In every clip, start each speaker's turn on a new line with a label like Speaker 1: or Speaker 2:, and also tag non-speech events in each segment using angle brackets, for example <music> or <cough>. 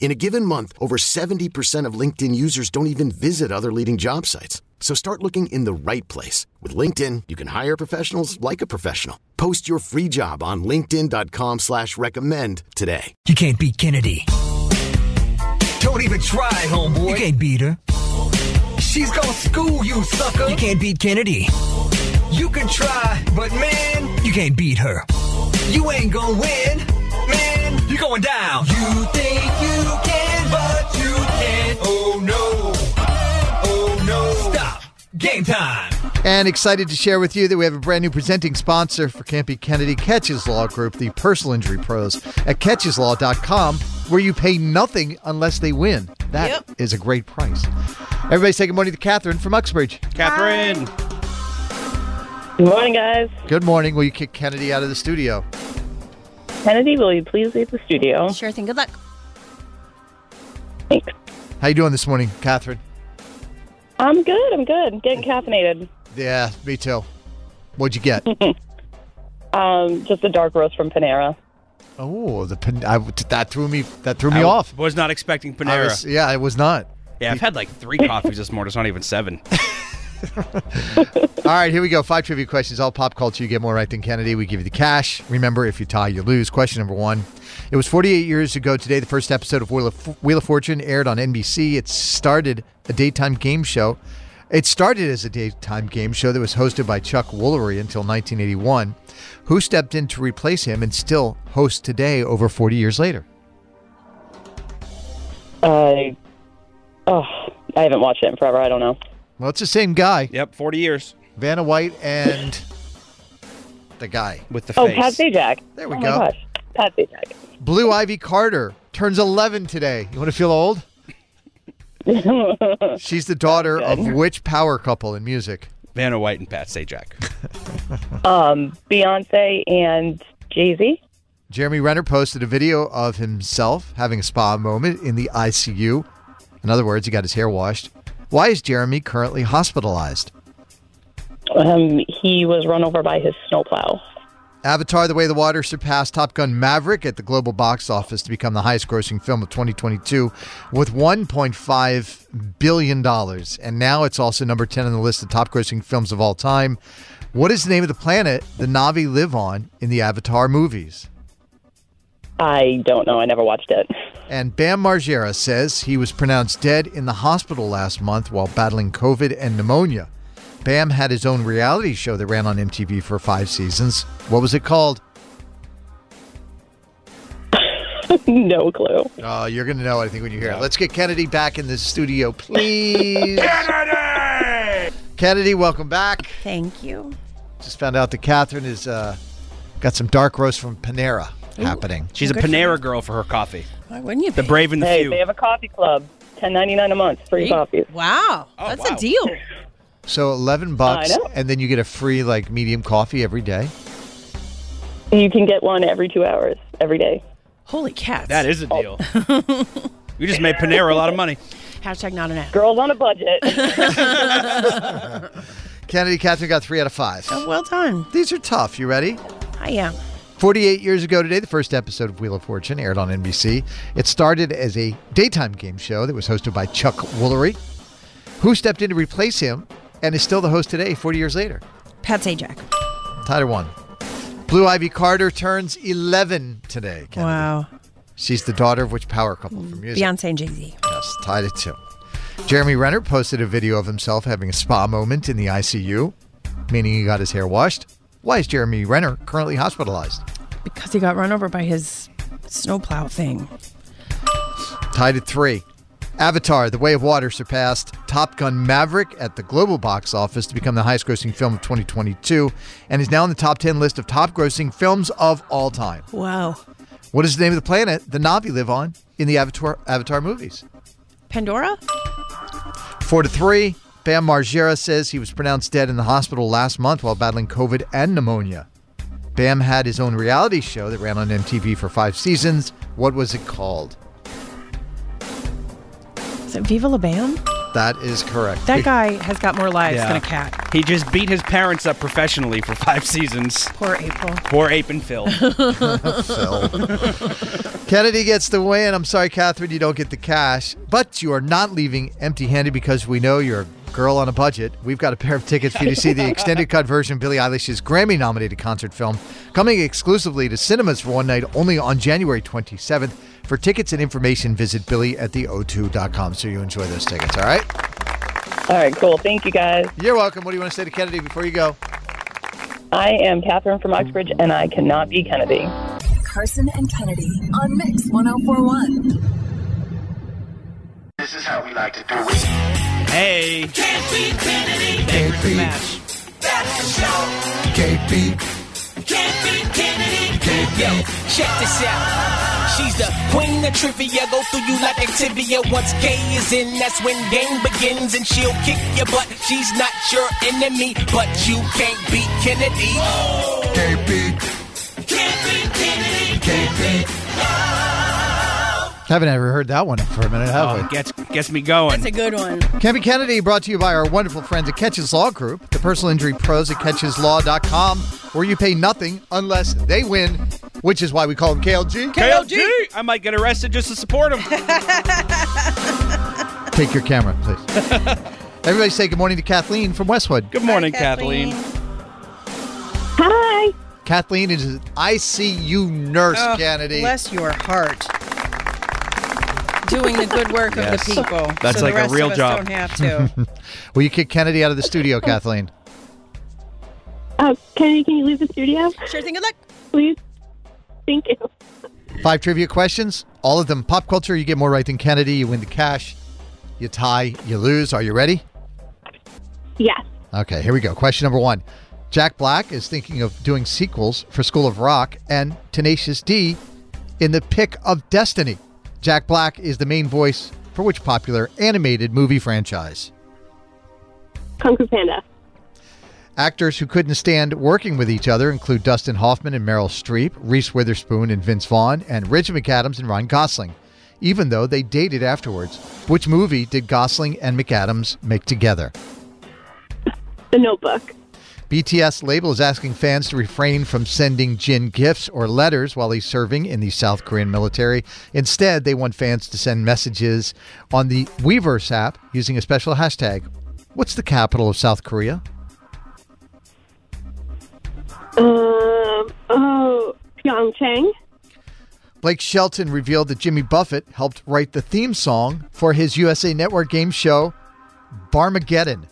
Speaker 1: In a given month, over 70% of LinkedIn users don't even visit other leading job sites. So start looking in the right place. With LinkedIn, you can hire professionals like a professional. Post your free job on linkedin.com slash recommend today.
Speaker 2: You can't beat Kennedy. Don't even try, homeboy. You can't beat her. She's gonna school you, sucker. You can't beat Kennedy. You can try, but man, you can't beat her. You ain't gonna win, man. You're going down. You think you can, but you can't. Oh no. Oh no. Stop. Game time.
Speaker 3: And excited to share with you that we have a brand new presenting sponsor for Campy Kennedy, Catches Law Group, the personal injury pros at catcheslaw.com, where you pay nothing unless they win. That is
Speaker 4: Yep.
Speaker 3: a great price. Everybody say good morning to Catherine from Uxbridge.
Speaker 5: Catherine.
Speaker 4: Good morning, guys.
Speaker 3: Good morning. Will you kick Kennedy out of the studio?
Speaker 4: Kennedy, will you please leave the studio?
Speaker 6: Sure thing. Good luck.
Speaker 4: Thanks.
Speaker 3: How you doing this morning, Catherine?
Speaker 4: I'm good. I'm good. I'm getting caffeinated.
Speaker 3: Yeah, me too. What'd you get?
Speaker 4: Um, just a dark roast from Panera.
Speaker 3: oh, the pen, I, that threw me. That threw me off.
Speaker 5: Was not expecting
Speaker 3: I
Speaker 5: Panera.
Speaker 3: was- yeah, I was not.
Speaker 5: yeah, I've had like three coffees this morning. It's not even seven.
Speaker 3: All right, here we go. Five trivia questions, all pop culture. You get more right than Kennedy. We give you the cash. Remember, if you tie, you lose. Question number one. It was 48 years ago today. The first episode of Wheel of, Wheel of Fortune aired on NBC. It started a daytime game show. It started as a daytime game show that was hosted by Chuck Woolery until 1981. Who stepped in to replace him and still hosts today over 40 years later?
Speaker 4: I, oh, I haven't watched it in forever. I don't know.
Speaker 3: Well, it's the same guy,
Speaker 5: yep, 40 years
Speaker 3: Vanna White and the guy.
Speaker 5: with the
Speaker 4: Oh,
Speaker 5: face.
Speaker 4: Pat Sajak.
Speaker 3: There we
Speaker 4: oh
Speaker 3: go.
Speaker 4: My gosh. Pat Sajak.
Speaker 3: Blue Ivy Carter turns 11 today. You want to feel old? She's the daughter of which power couple in music?
Speaker 5: Vanna White and Pat Sajak.
Speaker 4: Um, Beyonce and Jay Z.
Speaker 3: Jeremy Renner posted a video of himself having a spa moment in the ICU. In other words, he got his hair washed. Why is Jeremy currently hospitalized?
Speaker 4: Um, he was run over by his snowplow.
Speaker 3: Avatar The Way of the Water surpassed Top Gun Maverick at the global box office to become the highest grossing film of 2022 with $1.5 billion. And now it's also number 10 on the list of top grossing films of all time. What is the name of the planet the Navi live on in the Avatar movies?
Speaker 4: I don't know. I never watched it. <laughs>
Speaker 3: And Bam Margera says he was pronounced dead in the hospital last month while battling COVID and pneumonia. Bam had his own reality show that ran on MTV for five seasons. What was it called?
Speaker 4: no clue.
Speaker 3: Oh, you're going to know, I think, when you hear it. Let's get Kennedy back in the studio, please. Kennedy! Kennedy, welcome back.
Speaker 6: Thank you.
Speaker 3: Just found out that Catherine has uh, got some dark roast from Panera happening.
Speaker 5: She's a
Speaker 6: Good for
Speaker 5: Panera girl for her coffee.
Speaker 6: Why wouldn't you?
Speaker 5: The
Speaker 6: be?
Speaker 5: brave and the
Speaker 4: Hey,
Speaker 5: few.
Speaker 4: they have a coffee club. Ten ninety nine a month, free coffee.
Speaker 6: Wow,
Speaker 5: Oh,
Speaker 6: that's
Speaker 5: wow.
Speaker 6: a deal.
Speaker 3: So 11 bucks,
Speaker 4: I know.
Speaker 3: and then you get a free, like, medium coffee every day.
Speaker 4: You can get one every two hours, every day.
Speaker 6: Holy cats!
Speaker 5: that is a deal. <laughs> you just made Panera a lot of money.
Speaker 6: hashtag not an ad.
Speaker 4: Girls on
Speaker 3: <laughs>
Speaker 4: a budget.
Speaker 3: Kennedy, Catherine got three out of five.
Speaker 6: Oh, well done.
Speaker 3: These are tough. You ready?
Speaker 6: I am.
Speaker 3: 48 years ago today, the first episode of Wheel of Fortune aired on NBC. It started as a daytime game show that was hosted by Chuck Woolery, who stepped in to replace him and is still the host today, 40 years later.
Speaker 6: Pat Sajak.
Speaker 3: Title one. Blue Ivy Carter turns 11 today. Kennedy.
Speaker 6: Wow.
Speaker 3: She's the daughter of which power couple from music?
Speaker 6: Beyonce and Jay Z.
Speaker 3: Yes, tied at two. Jeremy Renner posted a video of himself having a spa moment in the ICU, meaning he got his hair washed. Why is Jeremy Renner currently hospitalized?
Speaker 6: because he got run over by his snowplow thing.
Speaker 3: Tied at three. Avatar, The Way of Water surpassed Top Gun Maverick at the global box office to become the highest grossing film of 2022 and is now in the top 10 list of top grossing films of all time.
Speaker 6: Wow.
Speaker 3: What is the name of the planet the Navi live on in the Avatar, Avatar movies?
Speaker 6: Pandora?
Speaker 3: Four to three. Bam Margera says he was pronounced dead in the hospital last month while battling COVID and pneumonia. Bam had his own reality show that ran on MTV for five seasons. What was it called?
Speaker 6: Is it Viva La Bam?
Speaker 3: That is correct.
Speaker 6: That guy has got more lives than a cat.
Speaker 5: He just beat his parents up professionally for five seasons.
Speaker 6: Poor April.
Speaker 5: Poor ape and
Speaker 4: <laughs>
Speaker 5: Phil.
Speaker 3: Kennedy gets the win. I'm sorry, Catherine, you don't get the cash, but you are not leaving empty handed because we know you're a girl on a budget. We've got a pair of tickets for you to see the extended cut version of Billie Eilish's Grammy nominated concert film coming exclusively to cinemas for one night only on January 27th. For tickets and information, visit billy at the o2.com so you enjoy those tickets, all right?
Speaker 4: All right, cool. Thank you guys.
Speaker 3: You're welcome. What do you want to say to Kennedy before you go?
Speaker 4: I am Catherine from Oxbridge, and I cannot be Kennedy.
Speaker 7: Carson and Kennedy on Mix 1041.
Speaker 8: This is how we like to do it.
Speaker 5: hey. Favorite match.
Speaker 9: Yo, check this out. She's the queen of trivia. Go through you like activia. Once K is in, that's when game begins. And she'll kick your butt. She's not your enemy, but you can't beat Kennedy. Can't beat. Can't beat Kennedy. Can't beat.
Speaker 3: Haven't ever heard that one for a minute, have we?
Speaker 5: Oh, gets gets me going.
Speaker 6: That's a good one.
Speaker 3: Campy Kennedy brought to you by our wonderful friends at Catches Law Group, the personal injury pros at catcheslaw.com, where you pay nothing unless they win, which is why we call them KLG.
Speaker 5: KLG. I might get arrested just to support him.
Speaker 3: Take your camera,
Speaker 6: <laughs>
Speaker 3: please. Everybody say good morning to Kathleen from Westwood.
Speaker 5: Good morning, Kathleen.
Speaker 4: Hi.
Speaker 3: Kathleen is an ICU nurse,
Speaker 6: Oh,
Speaker 3: Kennedy.
Speaker 6: Bless your heart. Doing the good work
Speaker 5: Yes.
Speaker 6: of the people.
Speaker 5: That's
Speaker 6: so
Speaker 5: like a
Speaker 6: the rest
Speaker 5: real
Speaker 6: of us
Speaker 5: job.
Speaker 6: Don't have
Speaker 5: <laughs>
Speaker 6: to.
Speaker 3: Will you kick Kennedy out of the
Speaker 6: <laughs>
Speaker 3: studio, Kathleen?
Speaker 10: Oh, Kennedy, can you leave the studio,
Speaker 6: sure thing. Good luck.
Speaker 10: please? Thank you.
Speaker 3: Five trivia questions, all of them pop culture. You get more right than Kennedy, you win the cash, you tie, you lose. Are you ready?
Speaker 10: Yes.
Speaker 3: Okay, here we go. Question number one. Jack Black is thinking of doing sequels for School of Rock and Tenacious D in The Pick of Destiny. Jack Black is the main voice for which popular animated movie franchise?
Speaker 10: Kung Fu Panda.
Speaker 3: Actors who couldn't stand working with each other include Dustin Hoffman and Meryl Streep, Reese Witherspoon and Vince Vaughn, and Rich McAdams and Ron Gosling, even though they dated afterwards. Which movie did Gosling and McAdams make together?
Speaker 10: The Notebook.
Speaker 3: BTS label is asking fans to refrain from sending Jin gifts or letters while he's serving in the South Korean military. Instead, they want fans to send messages on the Weverse app using a special hashtag. What's the capital of South Korea?
Speaker 10: Um. Oh, Pyeongchang.
Speaker 3: Blake Shelton revealed that Jimmy Buffett helped write the theme song for his USA Network game show, Barmageddon.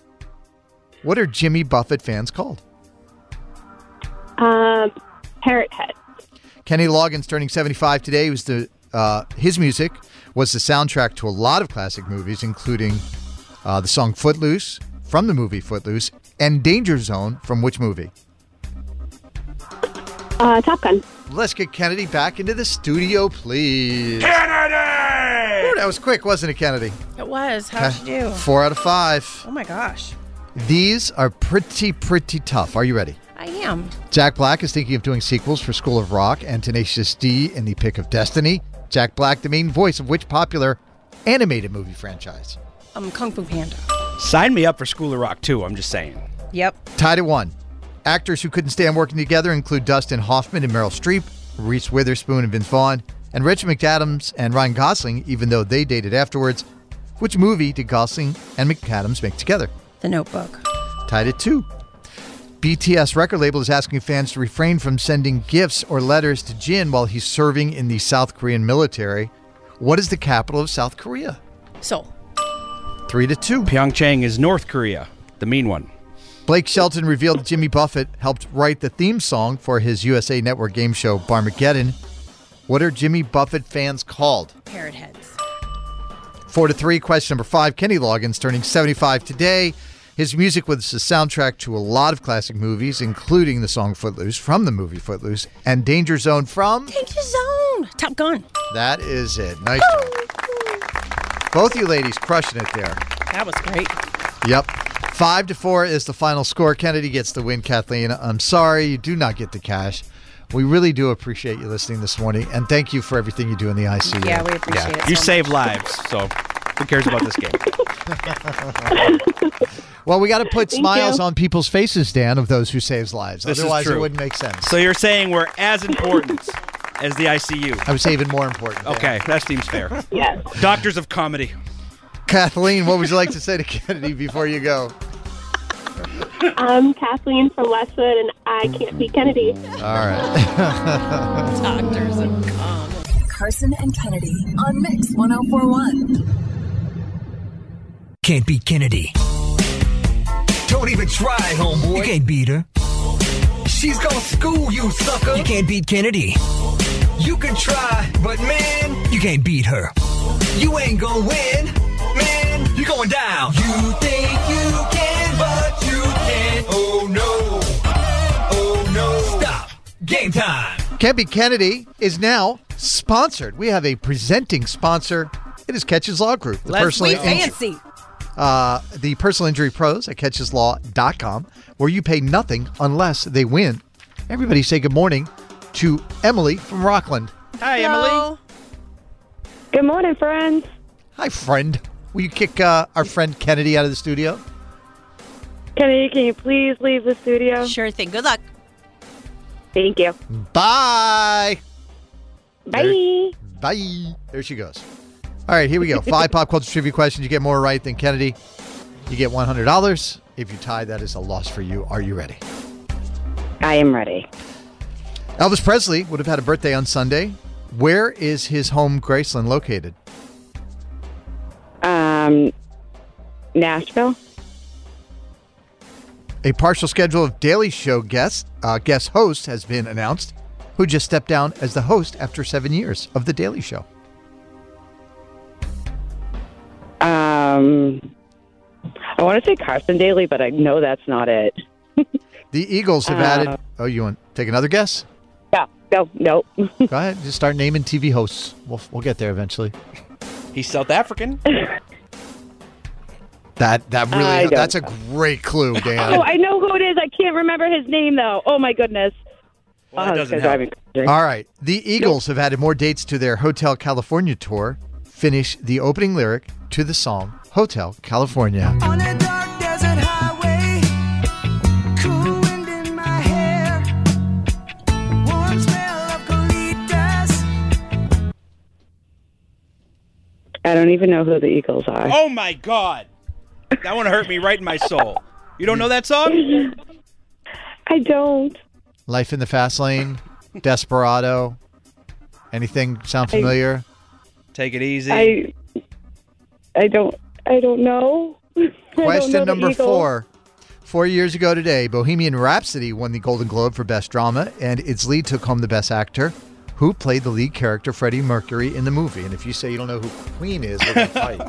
Speaker 3: What are Jimmy Buffett fans called?
Speaker 10: Um, Parrot Head.
Speaker 3: Kenny Loggins turning 75 today. He was the uh, his music was the soundtrack to a lot of classic movies, including uh, the song "Footloose" from the movie "Footloose" and "Danger Zone" from which movie?
Speaker 10: Uh, Top Gun.
Speaker 3: Let's get Kennedy back into the studio, please. Kennedy! that was quick, wasn't it, Kennedy?
Speaker 6: It was. How'd you do?
Speaker 3: Four out of five.
Speaker 6: Oh my gosh.
Speaker 3: These are pretty, pretty tough. Are you ready?
Speaker 6: I am.
Speaker 3: Jack Black is thinking of doing sequels for School of Rock and Tenacious D in The Pick of Destiny. Jack Black, the main voice of which popular animated movie franchise?
Speaker 6: I'm Kung Fu Panda.
Speaker 5: Sign me up for School of Rock too. I'm just saying.
Speaker 6: Yep.
Speaker 3: Tied at one. Actors who couldn't stand working together include Dustin Hoffman and Meryl Streep, Reese Witherspoon and Vince Vaughn, and Rich McAdams and Ryan Gosling, even though they dated afterwards. Which movie did Gosling and McAdams make together?
Speaker 6: The Notebook.
Speaker 3: tied at two. BTS record label is asking fans to refrain from sending gifts or letters to Jin while he's serving in the South Korean military. What is the capital of South Korea?
Speaker 6: Soul.
Speaker 3: Three to two.
Speaker 5: Pyeongchang is North Korea, the mean one.
Speaker 3: Blake Shelton revealed Jimmy Buffett helped write the theme song for his USA Network game show, Barmageddon. What are Jimmy Buffett fans called?
Speaker 6: Parrot heads.
Speaker 3: Four to three. Question number five. Kenny Loggins turning 75 today. His music was the soundtrack to a lot of classic movies, including the song Footloose from the movie Footloose and Danger Zone from.
Speaker 6: Danger Zone. Top Gun.
Speaker 3: That is it. Nice job. Both you ladies crushing it there.
Speaker 6: That was great.
Speaker 3: Yep. Five to four is the final score. Kennedy gets the win. Kathleen, I'm sorry you do not get the cash. We really do appreciate you listening this morning, and thank you for everything you do in the ICU.
Speaker 6: Yeah, we appreciate it.
Speaker 5: You
Speaker 6: so
Speaker 5: save lives, so who cares about this game?
Speaker 3: Well, we got to put
Speaker 10: Thank
Speaker 3: smiles
Speaker 10: you.
Speaker 3: on people's faces, Dan, of those who saves lives.
Speaker 5: This is
Speaker 3: Otherwise, it
Speaker 5: true.
Speaker 3: wouldn't make sense.
Speaker 5: So you're saying we're as important as the ICU?
Speaker 3: I would say even more important. Dan.
Speaker 5: Okay, that seems fair.
Speaker 10: Yes.
Speaker 5: Doctors of comedy.
Speaker 3: Kathleen, what would you like
Speaker 5: <laughs>
Speaker 3: to say to Kennedy before you go?
Speaker 10: I'm Kathleen from Westwood, and I can't be Kennedy.
Speaker 3: All right.
Speaker 6: much. Doctors and com.
Speaker 7: Carson and Kennedy on Mix 1041.
Speaker 2: Can't beat Kennedy.
Speaker 9: Don't even try, homeboy.
Speaker 2: You can't beat her.
Speaker 9: She's gonna school you, sucker.
Speaker 2: You can't beat Kennedy.
Speaker 9: You can try, but man,
Speaker 2: You can't beat her.
Speaker 9: you ain't gonna win. Man, you're going down. You think you can, but you can't. Oh no. Oh no. Stop. Game time.
Speaker 3: Kempy Kennedy is now sponsored. We have a presenting sponsor. It is Catches Law Group, the,
Speaker 5: Let's
Speaker 3: personal,
Speaker 6: We
Speaker 5: Like
Speaker 3: inju-
Speaker 6: fancy.
Speaker 3: uh, the personal injury pros at catcheslaw.com, where you pay nothing unless they win. Everybody say good morning to Emily from Rockland.
Speaker 5: Hi, Emily.
Speaker 6: Hello.
Speaker 10: Good morning, friends.
Speaker 3: Hi, friend. Will you kick uh, our friend Kennedy out of the studio?
Speaker 10: Kennedy, can you please leave the studio?
Speaker 6: Sure thing. Good luck.
Speaker 10: Thank you.
Speaker 3: Bye.
Speaker 10: Bye.
Speaker 3: Bye. There she goes. All right, here we go. Five pop culture trivia questions. You get more right than Kennedy. You get $100. If you tie, that is a loss for you. Are you ready?
Speaker 4: I am ready.
Speaker 3: Elvis Presley would have had a birthday on Sunday. Where is his home, Graceland, located?
Speaker 4: Um, Nashville.
Speaker 3: A partial schedule of Daily Show guest uh, guest hosts has been announced, who just stepped down as the host after seven years of The Daily Show.
Speaker 4: Um, I want to say Carson Daly, but I know that's not it.
Speaker 3: The Eagles have
Speaker 4: Uh.
Speaker 3: added. Oh, you want take another guess?
Speaker 4: Yeah. No. No.
Speaker 5: Uh,
Speaker 3: Go ahead, just start naming TV hosts. We'll, we'll get there eventually.
Speaker 5: He's South African.
Speaker 3: That that
Speaker 4: I
Speaker 3: really
Speaker 4: don't
Speaker 3: that's a great clue, Dan.
Speaker 10: <laughs> Oh, I know who it is. I can't remember his name, though. Oh, my goodness.
Speaker 5: Well, that
Speaker 4: Oh, it's
Speaker 5: doesn't
Speaker 4: gonna drive
Speaker 5: help.
Speaker 4: me crazy.
Speaker 3: All right. The Eagles have added more dates to their Hotel California tour. Finish the opening lyric to the song Hotel California.
Speaker 9: On a dark desert highway, cool wind in my hair, warm smell of colitas.
Speaker 4: I don't even know who the Eagles are.
Speaker 5: Oh my God, that one hurt me right in my soul. You don't know that song?
Speaker 10: I don't.
Speaker 3: Life in the
Speaker 10: <laughs>
Speaker 3: Fast Lane, Desperado. Anything sound familiar?
Speaker 5: Take it easy.
Speaker 10: I. I don't. I don't
Speaker 4: <laughs>
Speaker 10: know. I don't know
Speaker 3: Question
Speaker 10: the
Speaker 3: number
Speaker 10: Eagles.
Speaker 3: four. Four years ago today, Bohemian Rhapsody won the Golden Globe for Best Drama, and its lead took home the Best Actor. Who played the lead character, Freddie Mercury, in the movie? And if you say you don't know who Queen is, we're going to fight.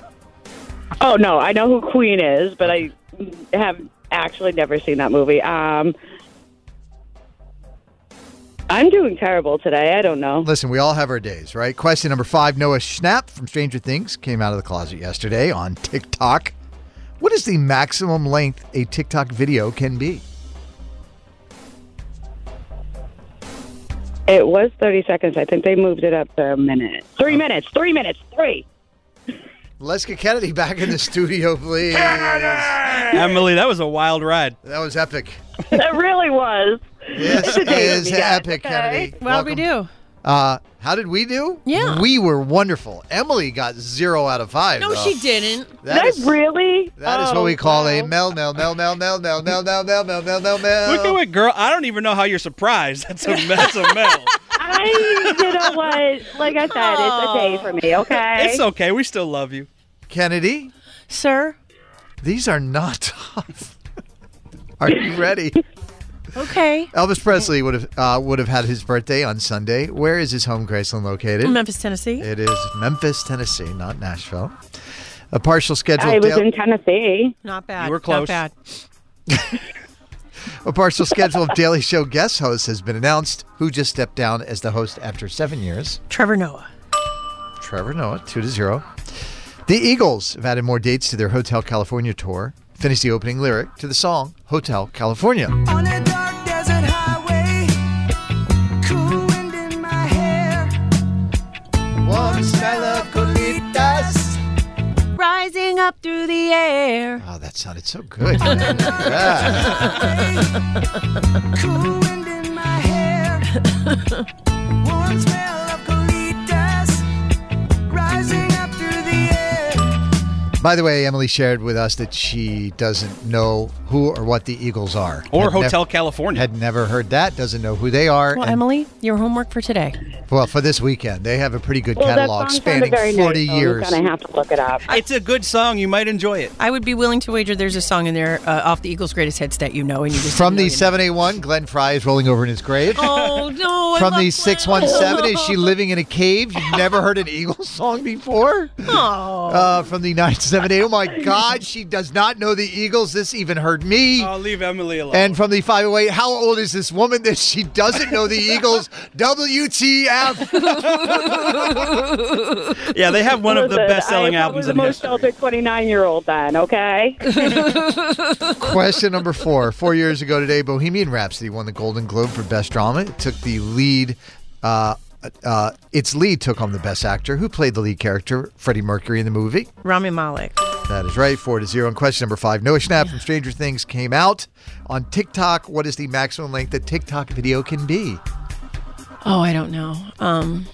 Speaker 4: Oh no, I know who Queen is, but I have actually never seen that movie. Um, I'm doing terrible today. I don't know.
Speaker 3: Listen, we all have our days, right? Question number five Noah Schnapp from Stranger Things came out of the closet yesterday on TikTok. What is the maximum length a TikTok video can be?
Speaker 4: It was 30 seconds. I think they moved it up to a minute. Three minutes. Three minutes. Three.
Speaker 3: Let's get Kennedy back in the studio, please. That
Speaker 5: Emily, that was a wild ride.
Speaker 3: was epic.
Speaker 4: It really was.
Speaker 3: This
Speaker 4: day
Speaker 3: is
Speaker 4: to be done.
Speaker 3: epic, Kennedy.
Speaker 6: Well, we
Speaker 3: Welcome.
Speaker 6: do.
Speaker 3: Uh, how did we do?
Speaker 6: Yeah.
Speaker 3: We were wonderful. Emily got zero out of five.
Speaker 6: No,
Speaker 3: though.
Speaker 6: she didn't.
Speaker 3: That
Speaker 10: Did
Speaker 3: is-
Speaker 10: I really?
Speaker 3: that is
Speaker 10: Oh,
Speaker 3: what we call a
Speaker 10: wow.
Speaker 3: mel, mel, mel, mel, mel, mel, mel, mel, mel, mel, mel, mel, mel.
Speaker 5: Look at what girl. I don't even know how you're surprised. That's a that's a mel.
Speaker 10: I, you know what? Like I said, it's a day for me,
Speaker 3: Oh.
Speaker 10: okay?
Speaker 5: It's okay. We still love you.
Speaker 3: Kennedy,
Speaker 6: Sir?
Speaker 3: these are not tough. Are you ready?
Speaker 6: Okay.
Speaker 3: Elvis Presley would have uh, would have had his birthday on Sunday. Where is his home, Graceland, located?
Speaker 6: Memphis, Tennessee.
Speaker 3: It is Memphis, Tennessee, not Nashville. A partial schedule.
Speaker 4: I was
Speaker 3: daily-
Speaker 4: in Tennessee.
Speaker 6: Not bad.
Speaker 5: You were close.
Speaker 6: Not bad.
Speaker 3: A partial schedule of Daily Show guest hosts has been announced. Who just stepped down as the host after seven years?
Speaker 6: Trevor Noah.
Speaker 3: Trevor Noah, two to zero. The Eagles have added more dates to their Hotel California tour. Finish the opening lyric to the song Hotel California.
Speaker 8: On a dark desert highway, cool wind in my hair.
Speaker 3: Warm smell of colitas.
Speaker 6: Rising up through the air.
Speaker 3: Oh, that sounded so
Speaker 5: <laughs>
Speaker 3: good. Yeah.
Speaker 8: Cool wind in my hair. <laughs> Warm smell of colitas. Rising up through the air.
Speaker 3: By the way, Emily shared with us that she doesn't know who or what the Eagles are.
Speaker 5: Or
Speaker 3: Had nev-
Speaker 5: Hotel California.
Speaker 3: Had never heard that, doesn't know who they are.
Speaker 6: Well,
Speaker 3: and-
Speaker 6: Emily, your homework for today.
Speaker 3: Well, for this weekend, they have a pretty good
Speaker 4: Well, that
Speaker 3: catalog
Speaker 4: song
Speaker 3: spanning
Speaker 4: sounded very
Speaker 3: 40
Speaker 4: nice.
Speaker 3: years.
Speaker 4: I'm gonna have to look it up.
Speaker 5: It's a good song. You might enjoy it.
Speaker 6: I would be willing to wager there's a song in there uh, off the Eagles' greatest hits that you know, and you just
Speaker 3: From the
Speaker 6: didn't know
Speaker 3: 781, Glenn Fry is rolling over in his grave.
Speaker 6: you know. Oh
Speaker 3: <laughs>
Speaker 6: no! I
Speaker 3: From the
Speaker 6: love
Speaker 3: 617,
Speaker 4: <laughs>
Speaker 3: is she living in a cave? You've never heard an Eagles song before?
Speaker 6: Oh.
Speaker 3: Uh, from the 978, oh my God, she does not know the Eagles. This even hurt me.
Speaker 5: I'll leave Emily alone.
Speaker 3: And from the 508, how old is this woman that she doesn't know the Eagles? WTF.
Speaker 5: <laughs> yeah, they have one of the
Speaker 4: Listen,
Speaker 5: best-selling
Speaker 4: I
Speaker 5: albums
Speaker 4: was the
Speaker 5: in
Speaker 4: most
Speaker 5: history.
Speaker 4: selfish 29 year old then, okay? <laughs>
Speaker 3: Question number four. Four years ago today, Bohemian Rhapsody won the Golden Globe for Best Drama. It took the lead. Uh, uh, its lead took home the best actor who played the lead character, Freddie Mercury, in the movie.
Speaker 6: Rami Malek.
Speaker 3: That is right, four to zero. And question number five Noah Schnapp from Stranger Things came out on TikTok. What is the maximum length that TikTok video can be?
Speaker 6: Oh, I don't know. Um,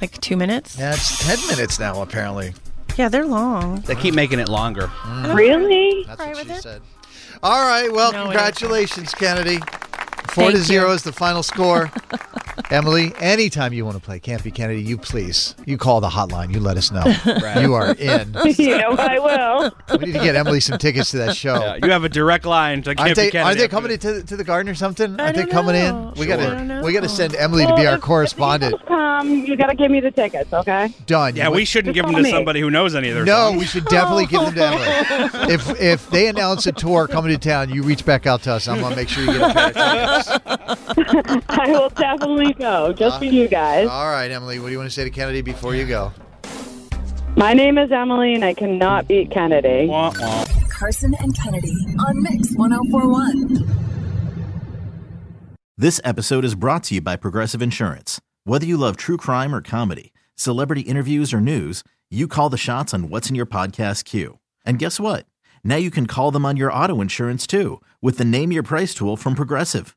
Speaker 6: like two minutes.
Speaker 3: Yeah, it's 10 minutes now, apparently.
Speaker 6: Yeah, they're long.
Speaker 5: They keep making it longer.
Speaker 4: really?
Speaker 3: That's what she said. All right. Well,
Speaker 6: No, it
Speaker 3: congratulations, Kennedy. Four
Speaker 6: Thank
Speaker 3: to zero
Speaker 6: you.
Speaker 3: is the final
Speaker 6: <laughs>
Speaker 3: score. Emily, anytime you want to play Campy Kennedy, you please. You call the hotline. You let us know. You are in.
Speaker 4: you know,
Speaker 3: <laughs>
Speaker 4: I will.
Speaker 3: We need to get Emily some tickets to that show.
Speaker 5: Yeah, you have a direct line to
Speaker 3: Aren't
Speaker 5: Campy
Speaker 3: they,
Speaker 5: Kennedy.
Speaker 3: aren't they coming into to the garden or something?
Speaker 6: I
Speaker 3: Aren't they
Speaker 6: don't
Speaker 3: coming
Speaker 6: know.
Speaker 3: in? We
Speaker 6: Sure. I don't
Speaker 3: gotta
Speaker 6: know.
Speaker 3: we gotta send Emily to be
Speaker 4: Well,
Speaker 3: our
Speaker 4: if-
Speaker 3: correspondent.
Speaker 4: If the Eagles come, you got to give me the tickets, okay?
Speaker 3: Done.
Speaker 5: Yeah, we shouldn't give them to
Speaker 4: Funny.
Speaker 5: somebody who knows any of their
Speaker 3: No,
Speaker 5: songs.
Speaker 3: we should definitely give them to
Speaker 6: <laughs>
Speaker 3: Emily. If if they announce a tour coming to town, you reach back out to us. I'm gonna make sure you get
Speaker 5: <laughs>
Speaker 3: a pair of tickets.
Speaker 4: I will definitely go,
Speaker 3: Uh,
Speaker 4: just for you guys.
Speaker 3: All right, Emily, what do you want to say to Kennedy before you go?
Speaker 4: My name is Emily, and I cannot beat Kennedy.
Speaker 5: Wah, wah.
Speaker 7: Carson and Kennedy on Mix 1041.
Speaker 11: This episode is brought to you by Progressive Insurance. Whether you love true crime or comedy, celebrity interviews or news, you call the shots on what's in your podcast queue. And guess what? Now you can call them on your auto insurance too with the Name Your Price tool from Progressive.